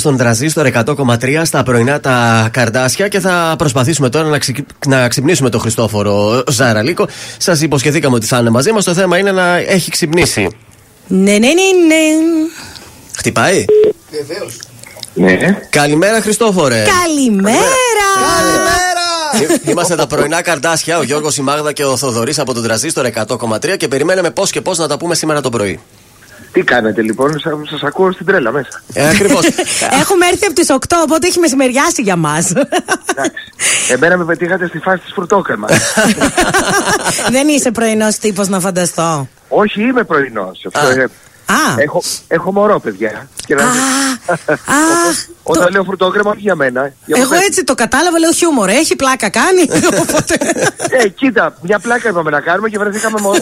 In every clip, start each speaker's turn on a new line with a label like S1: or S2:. S1: στον τραζίστορ 100,3 στα πρωινά τα καρδάσια και θα προσπαθήσουμε τώρα να, ξυ... να ξυπνήσουμε τον Χριστόφορο Ζαραλίκο. Σας υποσχεθήκαμε ότι θα είναι μαζί μας. Το θέμα είναι να έχει ξυπνήσει.
S2: Ναι, ναι, ναι, ναι.
S1: Χτυπάει.
S3: Βεβαίως. Ναι.
S1: Καλημέρα, Χριστόφορε.
S2: Καλημέρα!
S1: Ε, Είμαστε τα πρωινά καρδάσια, ο Γιώργος, η Μάγδα και ο Θοδωρής από τον Τραζίστορ 100,3 και περιμέναμε πώς και πώς να τα πούμε σήμερα το πρωί.
S3: Τι κάνετε λοιπόν, σα σας ακούω στην τρέλα μέσα.
S1: Ε, Ακριβώς.
S2: Έχουμε έρθει από τις 8, οπότε έχει μεσημεριάσει για μας.
S3: Εντάξει. Εμένα με πετύχατε στη φάση της φρουτόκρεμα.
S2: Δεν είσαι πρωινός τύπος, να φανταστώ.
S3: Όχι, είμαι πρωινός.
S2: Α,
S3: Έχω, έχω μωρό, παιδιά. Και να-
S2: α, α,
S3: Όταν λέω φρουτόκρεμα, όχι για μένα. Για
S2: εγώ ε-
S3: μένα.
S2: έτσι το κατάλαβα, λέω χιούμορ. Έχει πλάκα, κάνει. Οπότε.
S3: Ε, κοίτα, μια πλάκα είπαμε να κάνουμε και βρεθήκαμε μόνο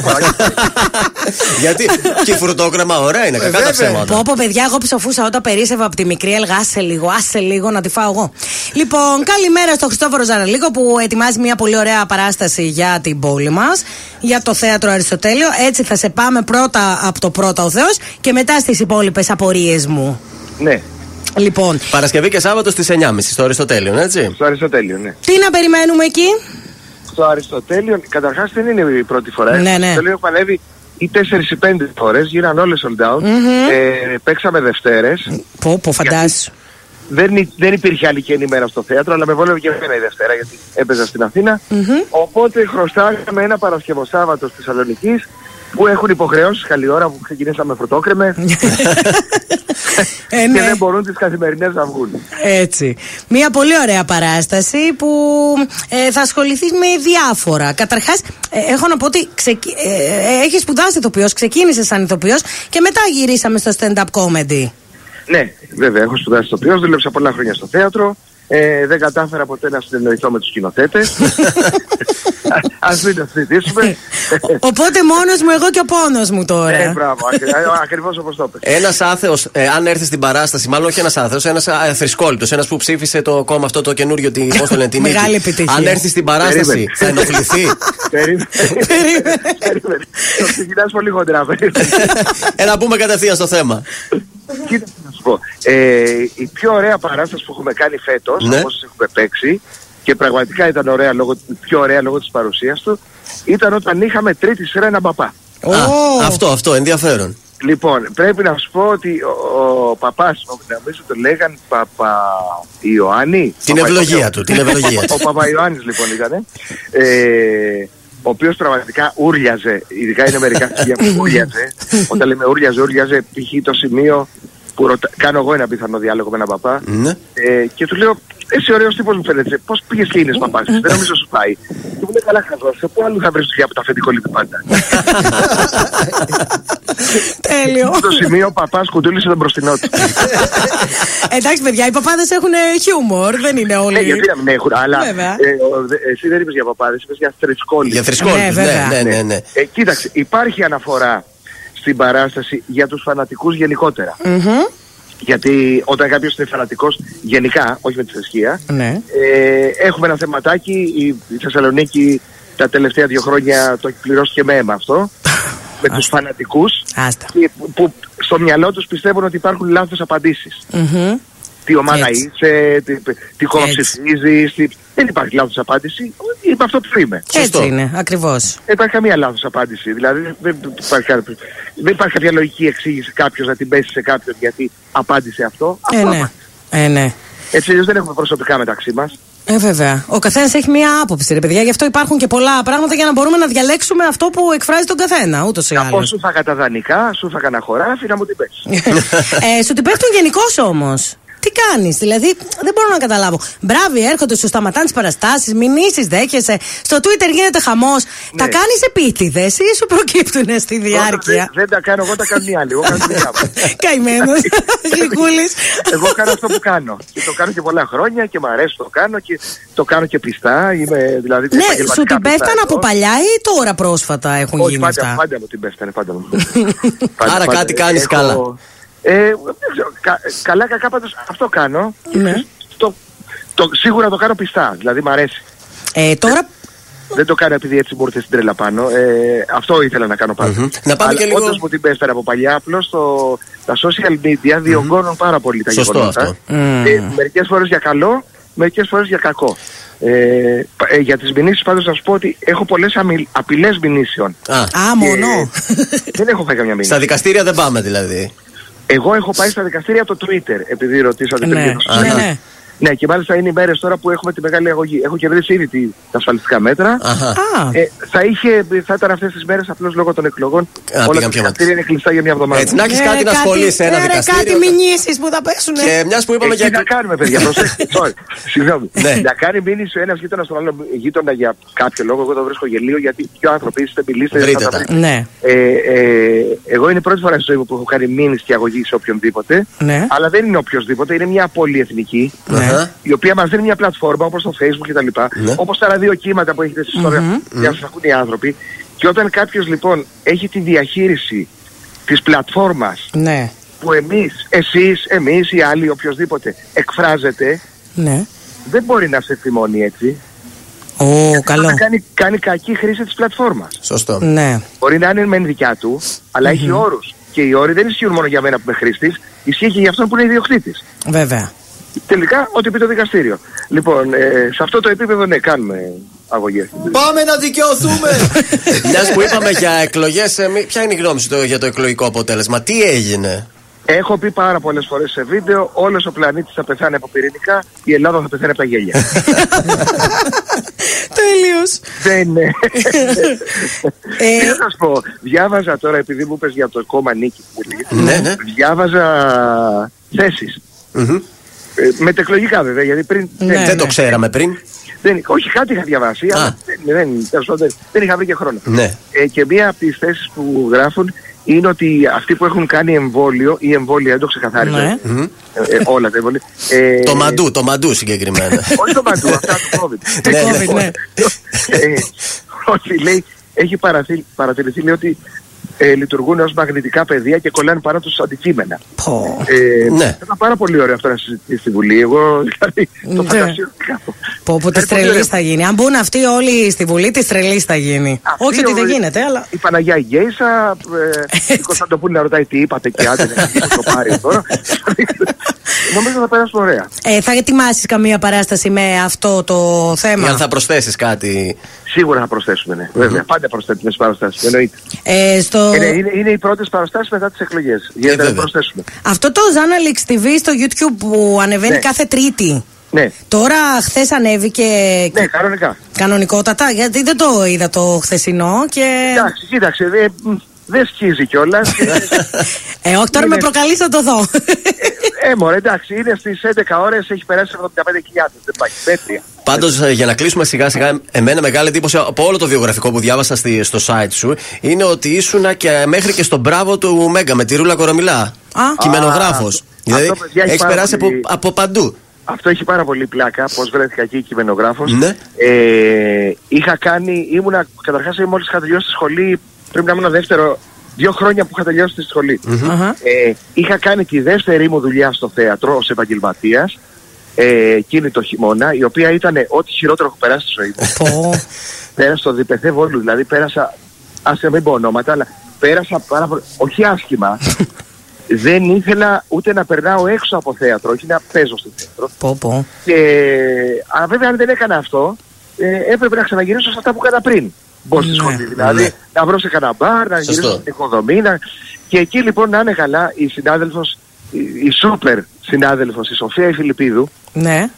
S1: Γιατί και η φρουτόκρεμα ωραία είναι, κακά τα ψέματα.
S2: Πω, πω, παιδιά, εγώ ψοφούσα όταν περίσευα από τη μικρή Ελγά. Άσε λίγο, άσε λίγο να τη φάω εγώ. Λοιπόν, καλημέρα στο Χριστόφορο Ζαραλίκο που ετοιμάζει μια πολύ ωραία παράσταση για την πόλη μας, για το θέατρο Αριστοτέλειο. Έτσι θα σε πάμε πρώτα από το πρώτο ο Θεός και μετά στις υπόλοιπες απορίες μου.
S3: ναι,
S2: Λοιπόν,
S1: Παρασκευή και Σάββατο στις 9.30 στο Αριστοτέλειο, έτσι.
S3: στο Αριστοτέλειο, ναι.
S2: τι να περιμένουμε εκεί.
S3: Στο Αριστοτέλειο, καταρχάς δεν είναι η πρώτη φορά.
S2: Ναι, ναι.
S3: Το Αριστοτέλειο έχω ανέβει ή 4 ή 5 φορές, γίνανε όλες sold out. Ε, παίξαμε Δευτέρες.
S2: Πω, πω, φαντάζεσαι.
S3: Δεν, υ- δεν υπήρχε άλλη καινή μέρα στο θέατρο, αλλά με βόλευε και εμένα η Δευτέρα γιατί έπαιζα στην αθηνα Οπότε χρωστάγαμε ένα Παρασκευοσάββατο στη Θεσσαλονίκη που έχουν υποχρεώσεις καλή ώρα που ξεκινήσαμε φρουτόκρεμες
S2: Ε,
S3: και
S2: ναι.
S3: δεν μπορούν τις καθημερινές να βγουν.
S2: Έτσι. Μια πολύ ωραία παράσταση που ε, θα ασχοληθείς με διάφορα. Καταρχάς, έχω να πω ότι ξεκι... ε, ε, έχεις σπουδάσει ηθοποιός, ξεκίνησες σαν ηθοποιός και μετά γυρίσαμε στο stand-up comedy.
S3: Ναι, βέβαια, έχω σπουδάσει στο ποιό, δούλεψα πολλά χρόνια στο θέατρο. Ε, δεν κατάφερα ποτέ να συνεννοηθώ με τους σκηνοθέτες. Ας μην το συζητήσουμε.
S2: Ο- Οπότε μόνος μου, εγώ και ο πόνος μου τώρα.
S3: ε, μπράβο, ακριβώς όπως το είπες.
S1: Ένας άθεος, ε, αν έρθει στην παράσταση, μάλλον όχι ένας άθεος, ένας θρησκόλητος, ένας ε, που ψήφισε το κόμμα αυτό το καινούριο, την, πώς το λένε, την
S2: Μεγάλη
S1: νίκη.
S2: επιτυχία.
S1: Αν έρθει στην παράσταση,
S3: Περίμενε.
S1: θα ενοχληθεί.
S3: Περίμενε.
S2: Περίμενε.
S3: Περίμενε. Το ξεκινάς πολύ χοντρά. περίμενε.
S1: ε, να μπούμε κατευθείαν στο θέμα.
S3: Κοίτα, τι να σου πω. Ε, η πιο ωραία παράσταση που έχουμε κάνει φέτος,
S1: Ναι.
S3: ναι. όπω έχουμε παίξει, και πραγματικά ήταν ωραία λόγω, πιο ωραία λόγω της παρουσίας του, ήταν όταν είχαμε τρίτη σειρά ένα παπά.
S1: Α,
S2: Ω.
S1: αυτό, αυτό, ενδιαφέρον.
S3: Λοιπόν, πρέπει να σου πω ότι ο, ο παπάς, νομίζω το λέγαν Παπα Ιωάννη.
S1: Την
S3: Παπα-
S1: ευλογία του, την ευλογία
S3: Ο
S1: του.
S3: Παπα Ιωάννης λοιπόν ήταν. Ε, ο οποίος πραγματικά ούριαζε, ειδικά είναι μερικά στοιχεία που ούριαζε. Όταν λέμε ούριαζε, ούριαζε, π.χ. το σημείο που ρωτα... κάνω εγώ ένα πιθανό διάλογο με έναν παπά.
S1: Ναι.
S3: Ε, και του λέω, εσύ ωραίος τύπος μου φαίνεται. Πώς πήγες και είναι παπάς, δεν νομίζω σου πάει. Και μου λέει, καλά, χαζό. Σε πού άλλο θα βρεις δουλειά που τα αφεντικό λείπει πάντα.
S2: Τέλειο.
S3: Στο σημείο ο παπά κουντούλησε τον μπροστινό του.
S2: Εντάξει, παιδιά, οι παπάδες έχουν ε, χιούμορ, δεν είναι
S3: Ναι,
S2: όλοι.
S3: γιατί να μην έχουν, αλλά
S2: Βέβαια.
S3: ε, ο- δε- εσύ δεν είπες για παπάδες, είπες για θρησκόλη.
S1: Για θρησκόλητο.
S2: Ναι,
S1: Ναι,
S2: βέβαια.
S1: ναι, ναι, ναι.
S3: Ε, κοίταξε, υπάρχει αναφορά στην παράσταση για τους φανατικούς γενικότερα.
S2: Μμμ.
S3: Γιατί όταν κάποιος είναι φανατικός γενικά, όχι με τη θρησκεία,
S2: Ναι.
S3: ε, έχουμε ένα θεματάκι. Η, η Θεσσαλονίκη τα τελευταία δύο χρόνια το έχει πληρώσει και με αίμα αυτό. με τους φανατικούς
S2: Άστα.
S3: και που, που στο μυαλό τους πιστεύουν ότι υπάρχουν λάθος απαντήσεις.
S2: Μμμ.
S3: Τι ομάδα
S2: Έτσι.
S3: είσαι, τι, τι κόμμα
S2: Έτσι.
S3: ψηφίζεις, τι... Δεν υπάρχει λάθος απάντηση. Είμαι αυτό που είμαι.
S1: Σωστό.
S2: Έτσι είναι, ακριβώς.
S3: Δεν υπάρχει καμία λάθος απάντηση. Δηλαδή δεν υπάρχει, κα- δεν υπάρχει κάποια λογική εξήγηση κάποιος να την πέσει σε κάποιον γιατί απάντησε αυτό.
S2: Ε,
S3: Αυτό
S2: ναι.
S3: απάντησε.
S2: Ε, ναι.
S3: Έτσι αλλιώς δεν έχουμε προσωπικά μεταξύ μας.
S2: Ε, βέβαια. Ο καθένας έχει μία άποψη, ρε παιδιά. Γι' αυτό υπάρχουν και πολλά πράγματα για να μπορούμε να διαλέξουμε αυτό που εκφράζει τον καθένα, ούτως ή
S3: Πώ
S2: άλλως.
S3: σου φάγα τα δανεικά, σου φάγα ένα χωράφι να μου την πέσει.
S2: ε, σου την πέφτουν γενικώς όμως. Τι κάνεις, δηλαδή δεν μπορώ να καταλάβω. Μπράβοι, έρχονται, σου σταματάνε τις παραστάσεις, μηνύσεις δέχεσαι. Στο Twitter γίνεται χαμός.
S3: Ναι.
S2: Τα κάνεις επίτηδες ή σου προκύπτουν στη
S3: Δεν,
S2: διάρκεια.
S3: δεν τα κάνω εγώ, τα κάνουν οι άλλοι. Εγώ κάνω τη δουλειά μου.
S2: Καημένος. Γλυκούλης.
S3: Εγώ κάνω αυτό που κάνω. Και το κάνω και πολλά χρόνια και μου αρέσει το κάνω και το κάνω και πιστά. Είμαι, δηλαδή,
S2: Ναι,
S3: επαγγελματικά
S2: σου την
S3: πιστά
S2: πέφτανε
S3: εδώ.
S2: από παλιά ή τώρα πρόσφατα έχουν
S3: Όχι,
S2: γίνει
S3: πάντα,
S2: αυτά.
S3: πάντα μου την πέφτανε, πάντα μου.
S1: Άρα κάτι κάνεις
S3: Έχω-
S1: καλά.
S3: Ε, δεν ξέρω, κα- καλά, κακά πάντως αυτό κάνω.
S2: Ναι.
S3: Το, το, σίγουρα το κάνω πιστά, δηλαδή μ' αρέσει.
S2: Ε, τώρα.
S3: Δεν το κάνω επειδή έτσι μου ήρθε στην τρέλα πάνω. Ε, αυτό ήθελα να κάνω πάντα.
S1: Μμμ. Να πάμε
S3: Αλλά
S1: και λίγο-
S3: όντως μου την πέφτερα από παλιά. Απλώς τα social media διωγγώνουν πάρα πολύ τα
S1: Σωστό
S3: γεγονότα.
S1: αυτό.
S3: Μερικές φορές για καλό, μερικές φορές για κακό. Ε, πα- ε, για τις μηνύσεις πάντως να σου πω ότι έχω πολλές απειλές μηνύσεων.
S1: Α,
S2: Α, ναι. μόνο.
S3: Δεν έχω φάει καμιά μήνυση.
S1: στα δικαστήρια δεν πάμε δηλαδή.
S3: Εγώ έχω πάει στα δικαστήρια από το Twitter, επειδή ρωτήσατε
S2: Ναι.
S3: πριν. για το
S1: Α,
S2: Ναι,
S1: ναι.
S2: ναι.
S3: Ναι, και μάλιστα είναι οι μέρες τώρα που έχουμε τη μεγάλη αγωγή. Έχω κερδίσει ήδη τη- τα ασφαλιστικά μέτρα.
S1: Αχα.
S2: Α, ναι,
S3: Ε, θα, είχε, θα ήταν αυτές τις μέρες απλώς λόγω των εκλογών.
S1: πήγαν
S3: όλα τα
S1: πιο
S3: δικαστήρια είναι κλειστά για μια εβδομάδα.
S1: Έτσι, να έχει
S2: ε,
S1: κάτι να ασχολείσαι σε ένα
S2: ε, ρε,
S1: δικαστήριο.
S2: κάτι μηνύσεις που θα πέσουν.
S1: Και μιας που είπαμε
S3: Ε,
S1: για.
S3: τι να κάνουμε, παιδιά, προσέξτε. Sorry, Συγγνώμη.
S1: Ναι.
S3: Να κάνει μήνυση ο ένας γείτονας στον άλλο γείτονα για κάποιο λόγο. Εγώ το βρίσκω γελίο γιατί πιο άνθρωποι είστε, μιλήστε.
S1: Βρείτε
S3: θα
S1: τα.
S3: βρείτε.
S2: Ναι.
S3: Ε, ε, εγώ είναι η πρώτη φορά στη ζωή μου που έχω κάνει μήνυση και αγωγή σε οποιονδήποτε.
S1: Ε.
S2: Ναι.
S3: Αλλά δεν είναι οποιοδήποτε, είναι μια πολυεθνική.
S1: Αχα.
S3: η οποία μας δίνει μια πλατφόρμα όπως το Facebook κτλ.
S1: Ναι.
S3: Ναι. Όπως τα ραδιοκύματα που έχετε εσεί τώρα για να σας ακούν οι άνθρωποι. Και όταν κάποιος λοιπόν έχει τη διαχείριση της πλατφόρμας
S2: Ναι.
S3: που εμείς, εσείς, εμείς ή άλλοι, οποιοδήποτε εκφράζεται,
S2: Ναι.
S3: δεν μπορεί να σε θυμώνει έτσι.
S2: Ω, καλό.
S3: Όταν Κάνει, κάνει κακή χρήση της πλατφόρμας.
S1: Σωστό.
S2: Ναι.
S3: Μπορεί να είναι μεν δικιά του, αλλά έχει όρους. Και οι όροι δεν ισχύουν μόνο για μένα που είμαι χρήστης, ισχύει και για αυτόν που είναι ιδιοκτήτης.
S2: Βέβαια.
S3: Τελικά, ό,τι πει το δικαστήριο. Λοιπόν, ε, σε αυτό το επίπεδο, ναι, κάνουμε αγωγές.
S4: Πάμε να δικαιωθούμε.
S1: Μιας που είπαμε για εκλογές, ποια είναι η γνώμη σου το- για το εκλογικό αποτέλεσμα, τι έγινε.
S3: Έχω πει πάρα πολλές φορές σε βίντεο: Όλος ο πλανήτης θα πεθάνει από πυρηνικά, η Ελλάδα θα πεθάνει από τα γέλια.
S2: Τέλειος.
S3: Δεν είναι.
S2: Ε.
S3: Τι να σα πω, διάβαζα τώρα, επειδή μου είπες για το κόμμα Νίκης, που λέει,
S1: Ναι, ναι.
S3: διάβαζα θέσεις.
S1: Μμμ.
S3: Ε, μετεκλογικά βέβαια, γιατί πριν.
S2: Ναι,
S1: Δεν
S2: ναι.
S1: το ξέραμε πριν.
S3: δεν, όχι, κάτι είχα διαβάσει,
S1: Α.
S3: αλλά δεν, δεν, τέλος πάντων, δεν, δεν είχα βρει και χρόνο.
S1: Ναι.
S3: Ε, και μία από τις θέσεις που γράφουν είναι ότι αυτοί που έχουν κάνει εμβόλιο ή εμβόλια, δεν το ξεκαθάρισα.
S2: Ναι.
S1: Μμμ.
S3: Ε, ε, όλα τα εμβόλια. Ε,
S1: Το μαντού, το μαντού συγκεκριμένα.
S3: Όχι το παντού, αυτά του COVID.
S1: Ναι,
S2: ναι.
S3: Λοιπόν,
S2: COVID, ναι.
S3: ε, Ότι λέει, έχει παραθεί- παρατηρηθεί λέει ότι ε, λειτουργούν ως μαγνητικά πεδία και κολλάνε πάνω τους αντικείμενα.
S2: Πω.
S3: Ε,
S1: Ναι.
S3: θα Ήταν πάρα πολύ ωραίο αυτό να συζητηθεί στη Βουλή. Εγώ δηλαδή το
S2: Ναι.
S3: φαντασίωθηκα.
S2: Πω, πω τη
S3: Ήταν Ε, πολύ
S2: τρελή
S3: ωραίο.
S2: θα γίνει. Αν μπουν αυτοί όλοι στη Βουλή, τη τρελής θα γίνει.
S3: Αυτή
S2: Όχι ότι δεν
S3: ο-
S2: γίνεται, αλλά.
S3: Η Παναγιά η Γκέισα, ε, η Κωνσταντοπούλη να ρωτάει τι είπατε και άντε να το πάρει τώρα. Νομίζω θα περάσουμε ωραία.
S2: Ε, θα ετοιμάσεις καμία παράσταση με αυτό το
S1: Ή
S2: θέμα.
S1: Αν θα προσθέσεις κάτι.
S3: Σίγουρα θα προσθέσουμε, ναι. Βέβαια, πάντα προσθέτουμε στις παραστάσεις, εννοείται.
S2: Ε, στο...
S3: Ε, ναι, είναι, είναι οι πρώτες παραστάσεις μετά τις εκλογές.
S1: Ε,
S3: Για να
S1: βέβαια.
S3: προσθέσουμε.
S2: Αυτό το Zanalix TV στο YouTube που ανεβαίνει
S3: Ναι.
S2: κάθε Τρίτη.
S3: Ναι,
S2: Τώρα χθες ανέβηκε Ε,
S3: ναι, κανονικά.
S2: κανονικότατα, γιατί δεν το είδα το χθεσινό και.
S3: Εντάξει, κοίταξε, δεν δε σκίζει κιόλας.
S2: Ε, όχι, τώρα με
S3: Είναι-
S2: προκαλείς να το δω.
S3: ε, μωρέ, εντάξει, είναι στις 11 ώρες, έχει περάσει 75.000. Δεν πάει. Μέτρια.
S1: Πάντως, ε, για να κλείσουμε σιγά σιγά, εμένα μεγάλη εντύπωση από όλο το βιογραφικό που διάβασα στη- στο site σου είναι ότι ήσουνα και μέχρι και στον μπράβο του Μέγκα με τη Ρούλα Κορομιλά.
S2: Α.
S1: Κειμενογράφος.
S3: Α,
S1: Δηλαδή,
S3: αυτό, παιδιά, έχει
S1: έχεις
S3: πάρα
S1: περάσει από,
S3: πολύ-
S1: από παντού.
S3: Αυτό έχει πάρα πολύ πλάκα, πώς βρέθηκα εκεί κειμενογράφος.
S1: Ναι.
S3: Ε, είχα κάνει, ήμουνα, καταρχάς μόλις είχα τελειώσει τη σχολή, πρέπει να ήμουν δεύτερο, δύο χρόνια που είχα τελειώσει τη σχολη
S2: Αχα.
S3: Ε, είχα κάνει τη δεύτερη μου δουλειά στο θέατρο ως επαγγελματίας ε, εκείνη το χειμώνα, η οποία ήταν ό,τι χειρότερο έχω περάσει στη ζωή μου.
S2: Πω.
S3: πέρασα στο διπεθέ βόλου, δηλαδή πέρασα, ας μην πω ονόματα, αλλά πέρασα πάρα πολύ, όχι άσχημα, δεν ήθελα ούτε να περνάω έξω από θέατρο, όχι να παίζω στο θέατρο.
S2: Πω, πω.
S3: Και, αλλά βέβαια αν δεν έκανα αυτό, ε, έπρεπε να ξαναγυρίσω σε αυτά που έκανα πριν. Μπω στη
S2: Ναι,
S3: σχολή, δηλαδή
S1: ναι.
S3: να βρω σε κανένα μπαρ, να
S1: Σωστό.
S3: γυρίσω στην οικοδομή. Να... Και εκεί λοιπόν να είναι καλά η συνάδελφος, η, η σούπερ συνάδελφος, η Σοφία η Φιλιππίδου,
S2: Ναι.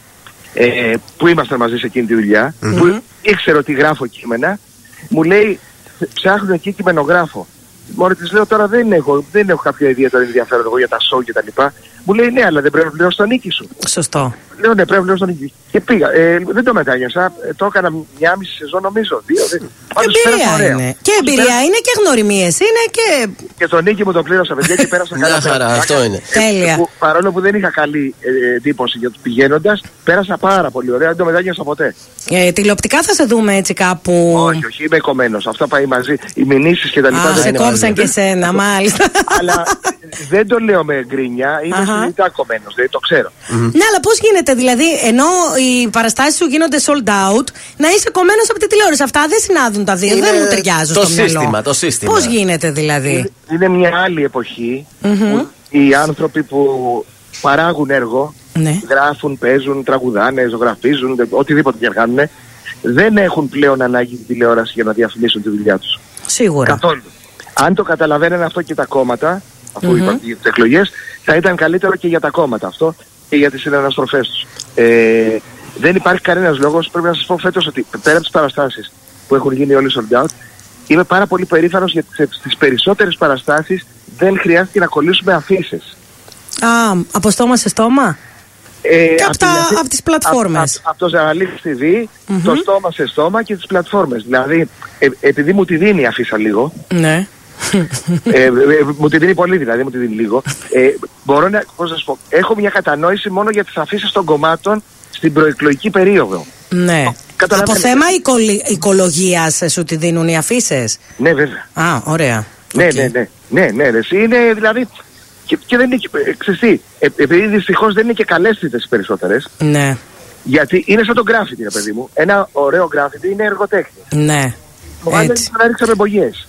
S3: ε, που ήμασταν μαζί σε εκείνη τη δουλεια που ήξερε ότι γράφω κείμενα, μου λέει ψάχνω εκεί κειμενογράφο. Μόνο της λέω τώρα δεν έχω, δεν έχω κάποιο ιδιαίτερο ενδιαφέρον εγώ για τα σοου και τα λοιπά. Μου λέει ναι, αλλά δεν πρέπει να πληρώσω τον νίκη σου.
S2: Σωστό.
S3: Λέω ναι, πρέπει να στον νικητή. Και πήγα. Ε, δεν το μετάνιωσα. Ε, το έκανα μια μισή σεζόν, νομίζω. Δύο. δε- Πάντως πέρασα
S2: Εμπειρία
S3: ωραία.
S2: είναι. Και
S3: Πάντως πέρασα-
S2: εμπειρία είναι και γνωριμίες είναι και.
S3: Και τον νίκη μου τον πλήρωσα, παιδιά, και πέρασα
S1: Μια
S3: καλά.
S1: χαρά,
S3: Πέρασα.
S1: αυτό είναι.
S2: Τέλεια.
S3: που, παρόλο που δεν είχα καλή ε, εντύπωση για το πηγαίνοντας, πέρασα πάρα πολύ ωραία. Δεν το μετάνιωσα ποτέ.
S2: Ε, τηλεοπτικά θα σε δούμε έτσι κάπου.
S3: Όχι, όχι, είμαι κομμένος. Αυτό πάει μαζί. Οι μηνύσεις και τα λοιπά.
S2: Α,
S3: δεν
S2: σε
S3: είναι
S2: κόψαν
S3: μαζί.
S2: και σένα, μάλιστα.
S3: Αλλά δεν το λέω με γκρίνια. Είμαι
S2: Αχα.
S3: συνειδητά κομμένο. Δηλαδή το ξέρω.
S1: Mm-hmm.
S2: Ναι, αλλά πώς γίνεται γίνεται. Δηλαδή, ενώ οι παραστάσεις σου γίνονται sold out, να είσαι κομμένος από τη τηλεόραση. Αυτά δεν συνάδουν τα δύο.
S1: Είναι
S2: Δεν μου ταιριάζουν
S1: το
S2: στο μυαλό.
S1: σύστημα, το σύστημα.
S2: Πώς γίνεται δηλαδή.
S3: Είναι μια άλλη εποχή που οι άνθρωποι που παράγουν έργο,
S2: Ναι.
S3: γράφουν, παίζουν, τραγουδάνε, ζωγραφίζουν, δε- οτιδήποτε και κάνουν, δεν έχουν πλέον ανάγκη τη τηλεόραση για να διαφημίσουν τη δουλειά τους.
S2: Σίγουρα.
S3: Καθόλου. Αν το καταλαβαίνανε αυτό και τα κόμματα, αφού είπαν για τις εκλογές, θα ήταν καλύτερο και για τα κόμματα αυτό και για τις συναναστροφές τους. Ε, δεν υπάρχει κανένας λόγος. Πρέπει να σας πω φέτος ότι πέρα από τις παραστάσεις που έχουν γίνει όλοι sold out, είμαι πάρα πολύ περήφανος γιατί στι περισσότερες παραστάσεις δεν χρειάστηκε να κολλήσουμε αφήσεις.
S2: Α, από στόμα σε στόμα.
S3: Ε,
S2: Και απ'
S3: απ'
S2: τα-
S3: την αρχή-
S2: απ' τις πλατφόρμες.
S3: απ- απ' Από το Ζαραλίχ TV, το στόμα σε στόμα και τις πλατφόρμες. Δηλαδή, ε, επειδή μου τη δίνει η αφίσα λίγο,
S2: Ναι.
S3: ε, ε, ε, μου τη δίνει πολύ δηλαδή, μου τη δίνει λίγο. Ε, μπορώ να, πώς να σου πω, έχω μια κατανόηση μόνο για τις αφήσει των κομμάτων στην προεκλογική περίοδο.
S2: Ναι.
S3: Καταλαβαίνετε.
S2: Από θέμα οικολογία σου τη δίνουν οι αφήσεις.
S3: Ναι, βέβαια.
S2: Α, ωραία.
S3: Ναι,
S2: Οκ.
S3: ναι, ναι. Ναι, ναι, ρε, εσύ είναι δηλαδή. Και, και δεν είναι και. ε, ξέρεις τι, ε, επειδή δυστυχώς δεν είναι και καλέ οι περισσότερες,
S2: Ναι,
S3: γιατί είναι σαν το γκράφιτι, ρε παιδί μου. Ένα ωραίο γκράφιτι είναι εργοτέχνη.
S2: ναι.
S3: Το άλλο
S2: Έτσι.
S3: είναι να ρίξαμε μπογιές.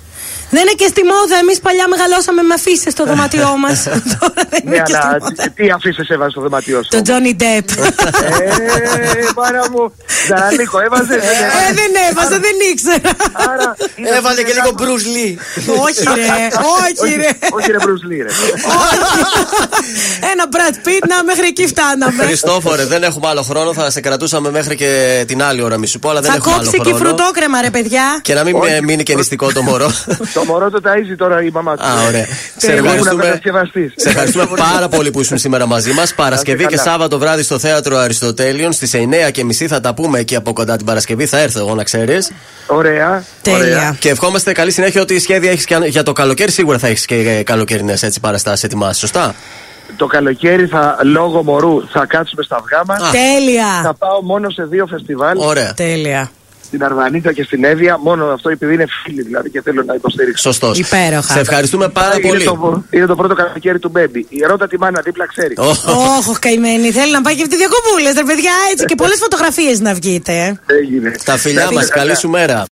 S2: Δεν είναι και στη μόδα. Εμείς παλιά μεγαλώσαμε με αφήσεις στο δωμάτιό μας. Τώρα δεν
S3: Ναι,
S2: είναι και στη
S3: αλλά
S2: μόδα.
S3: τι- τι αφήσεις έβαζες στο δωμάτιό σου.
S2: Το Johnny Depp.
S3: Ε, μάνα μου, Ζαραλίκο, έβαζε.
S2: Ε, δεν έβαζα, δεν ήξερα.
S3: Άρα. είναι
S4: Έβαλε και λίγο
S3: ένα-
S4: Bruce Lee.
S2: όχι ρε, όχι ρε.
S3: Όχι ρε Bruce Lee, ρε.
S2: Ένα Brad Pitt, να μέχρι εκεί φτάναμε.
S1: Χριστόφορε, δεν έχουμε άλλο χρόνο. Θα σε κρατούσαμε μέχρι και την άλλη ώρα, μη σου πω, αλλά δεν
S2: Θα
S1: έχουμε άλλο
S2: κόψει και
S1: χρόνο.
S2: φρουτόκρεμα ρε παιδιά.
S1: Και να μην
S3: Όχι.
S1: ε, μείνει και νηστικό το μωρό.
S3: Το μωρό το ταΐζει τώρα η μαμά του. Ε,
S1: Α, ωραία. Σε
S3: Ήμουν
S1: ευχαριστούμε,
S3: κατασκευαστής.
S1: σε ευχαριστούμε πάρα πολύ που ήσουν σήμερα μαζί μας. Παρασκευή και
S3: καλά.
S1: Σάββατο βράδυ στο θέατρο Αριστοτέλειων στις 9.30 θα τα πούμε εκεί από κοντά την Παρασκευή. Θα έρθω εγώ να ξέρεις.
S3: Ωραία.
S2: Τέλεια.
S3: ωραία.
S1: Και ευχόμαστε καλή συνέχεια ότι σχέδια έχεις και για το καλοκαίρι. Σίγουρα θα έχεις και καλοκαιρινέ παραστάσεις ετοιμάσεις, σωστά.
S3: Το καλοκαίρι θα, λόγω μωρού θα κάτσουμε στα αυγά μας.
S1: Α.
S2: Τέλεια.
S3: Θα πάω μόνο σε δύο φεστιβάλ.
S1: Ωραία.
S2: Τέλεια.
S3: Στην Αρβανίτα και στην Εύβοια. Μόνο αυτό επειδή είναι φίλοι δηλαδή και θέλω να υποστηρίξω.
S1: Σωστός.
S2: Υπέροχα.
S1: Σε ευχαριστούμε πάρα
S3: Είναι
S1: πολύ.
S3: το, είναι το πρώτο καλοκαίρι του Μπέμπι. Η ερώτα τη μάνα δίπλα ξέρει.
S1: Ω.
S2: Όχι, καημένη. Θέλει να πάει και αυτή διακοπούλε, ρε παιδιά. Έτσι και πολλές φωτογραφίες να βγείτε.
S3: Έγινε.
S1: Τα φιλιά μα. Καλή σου μέρα.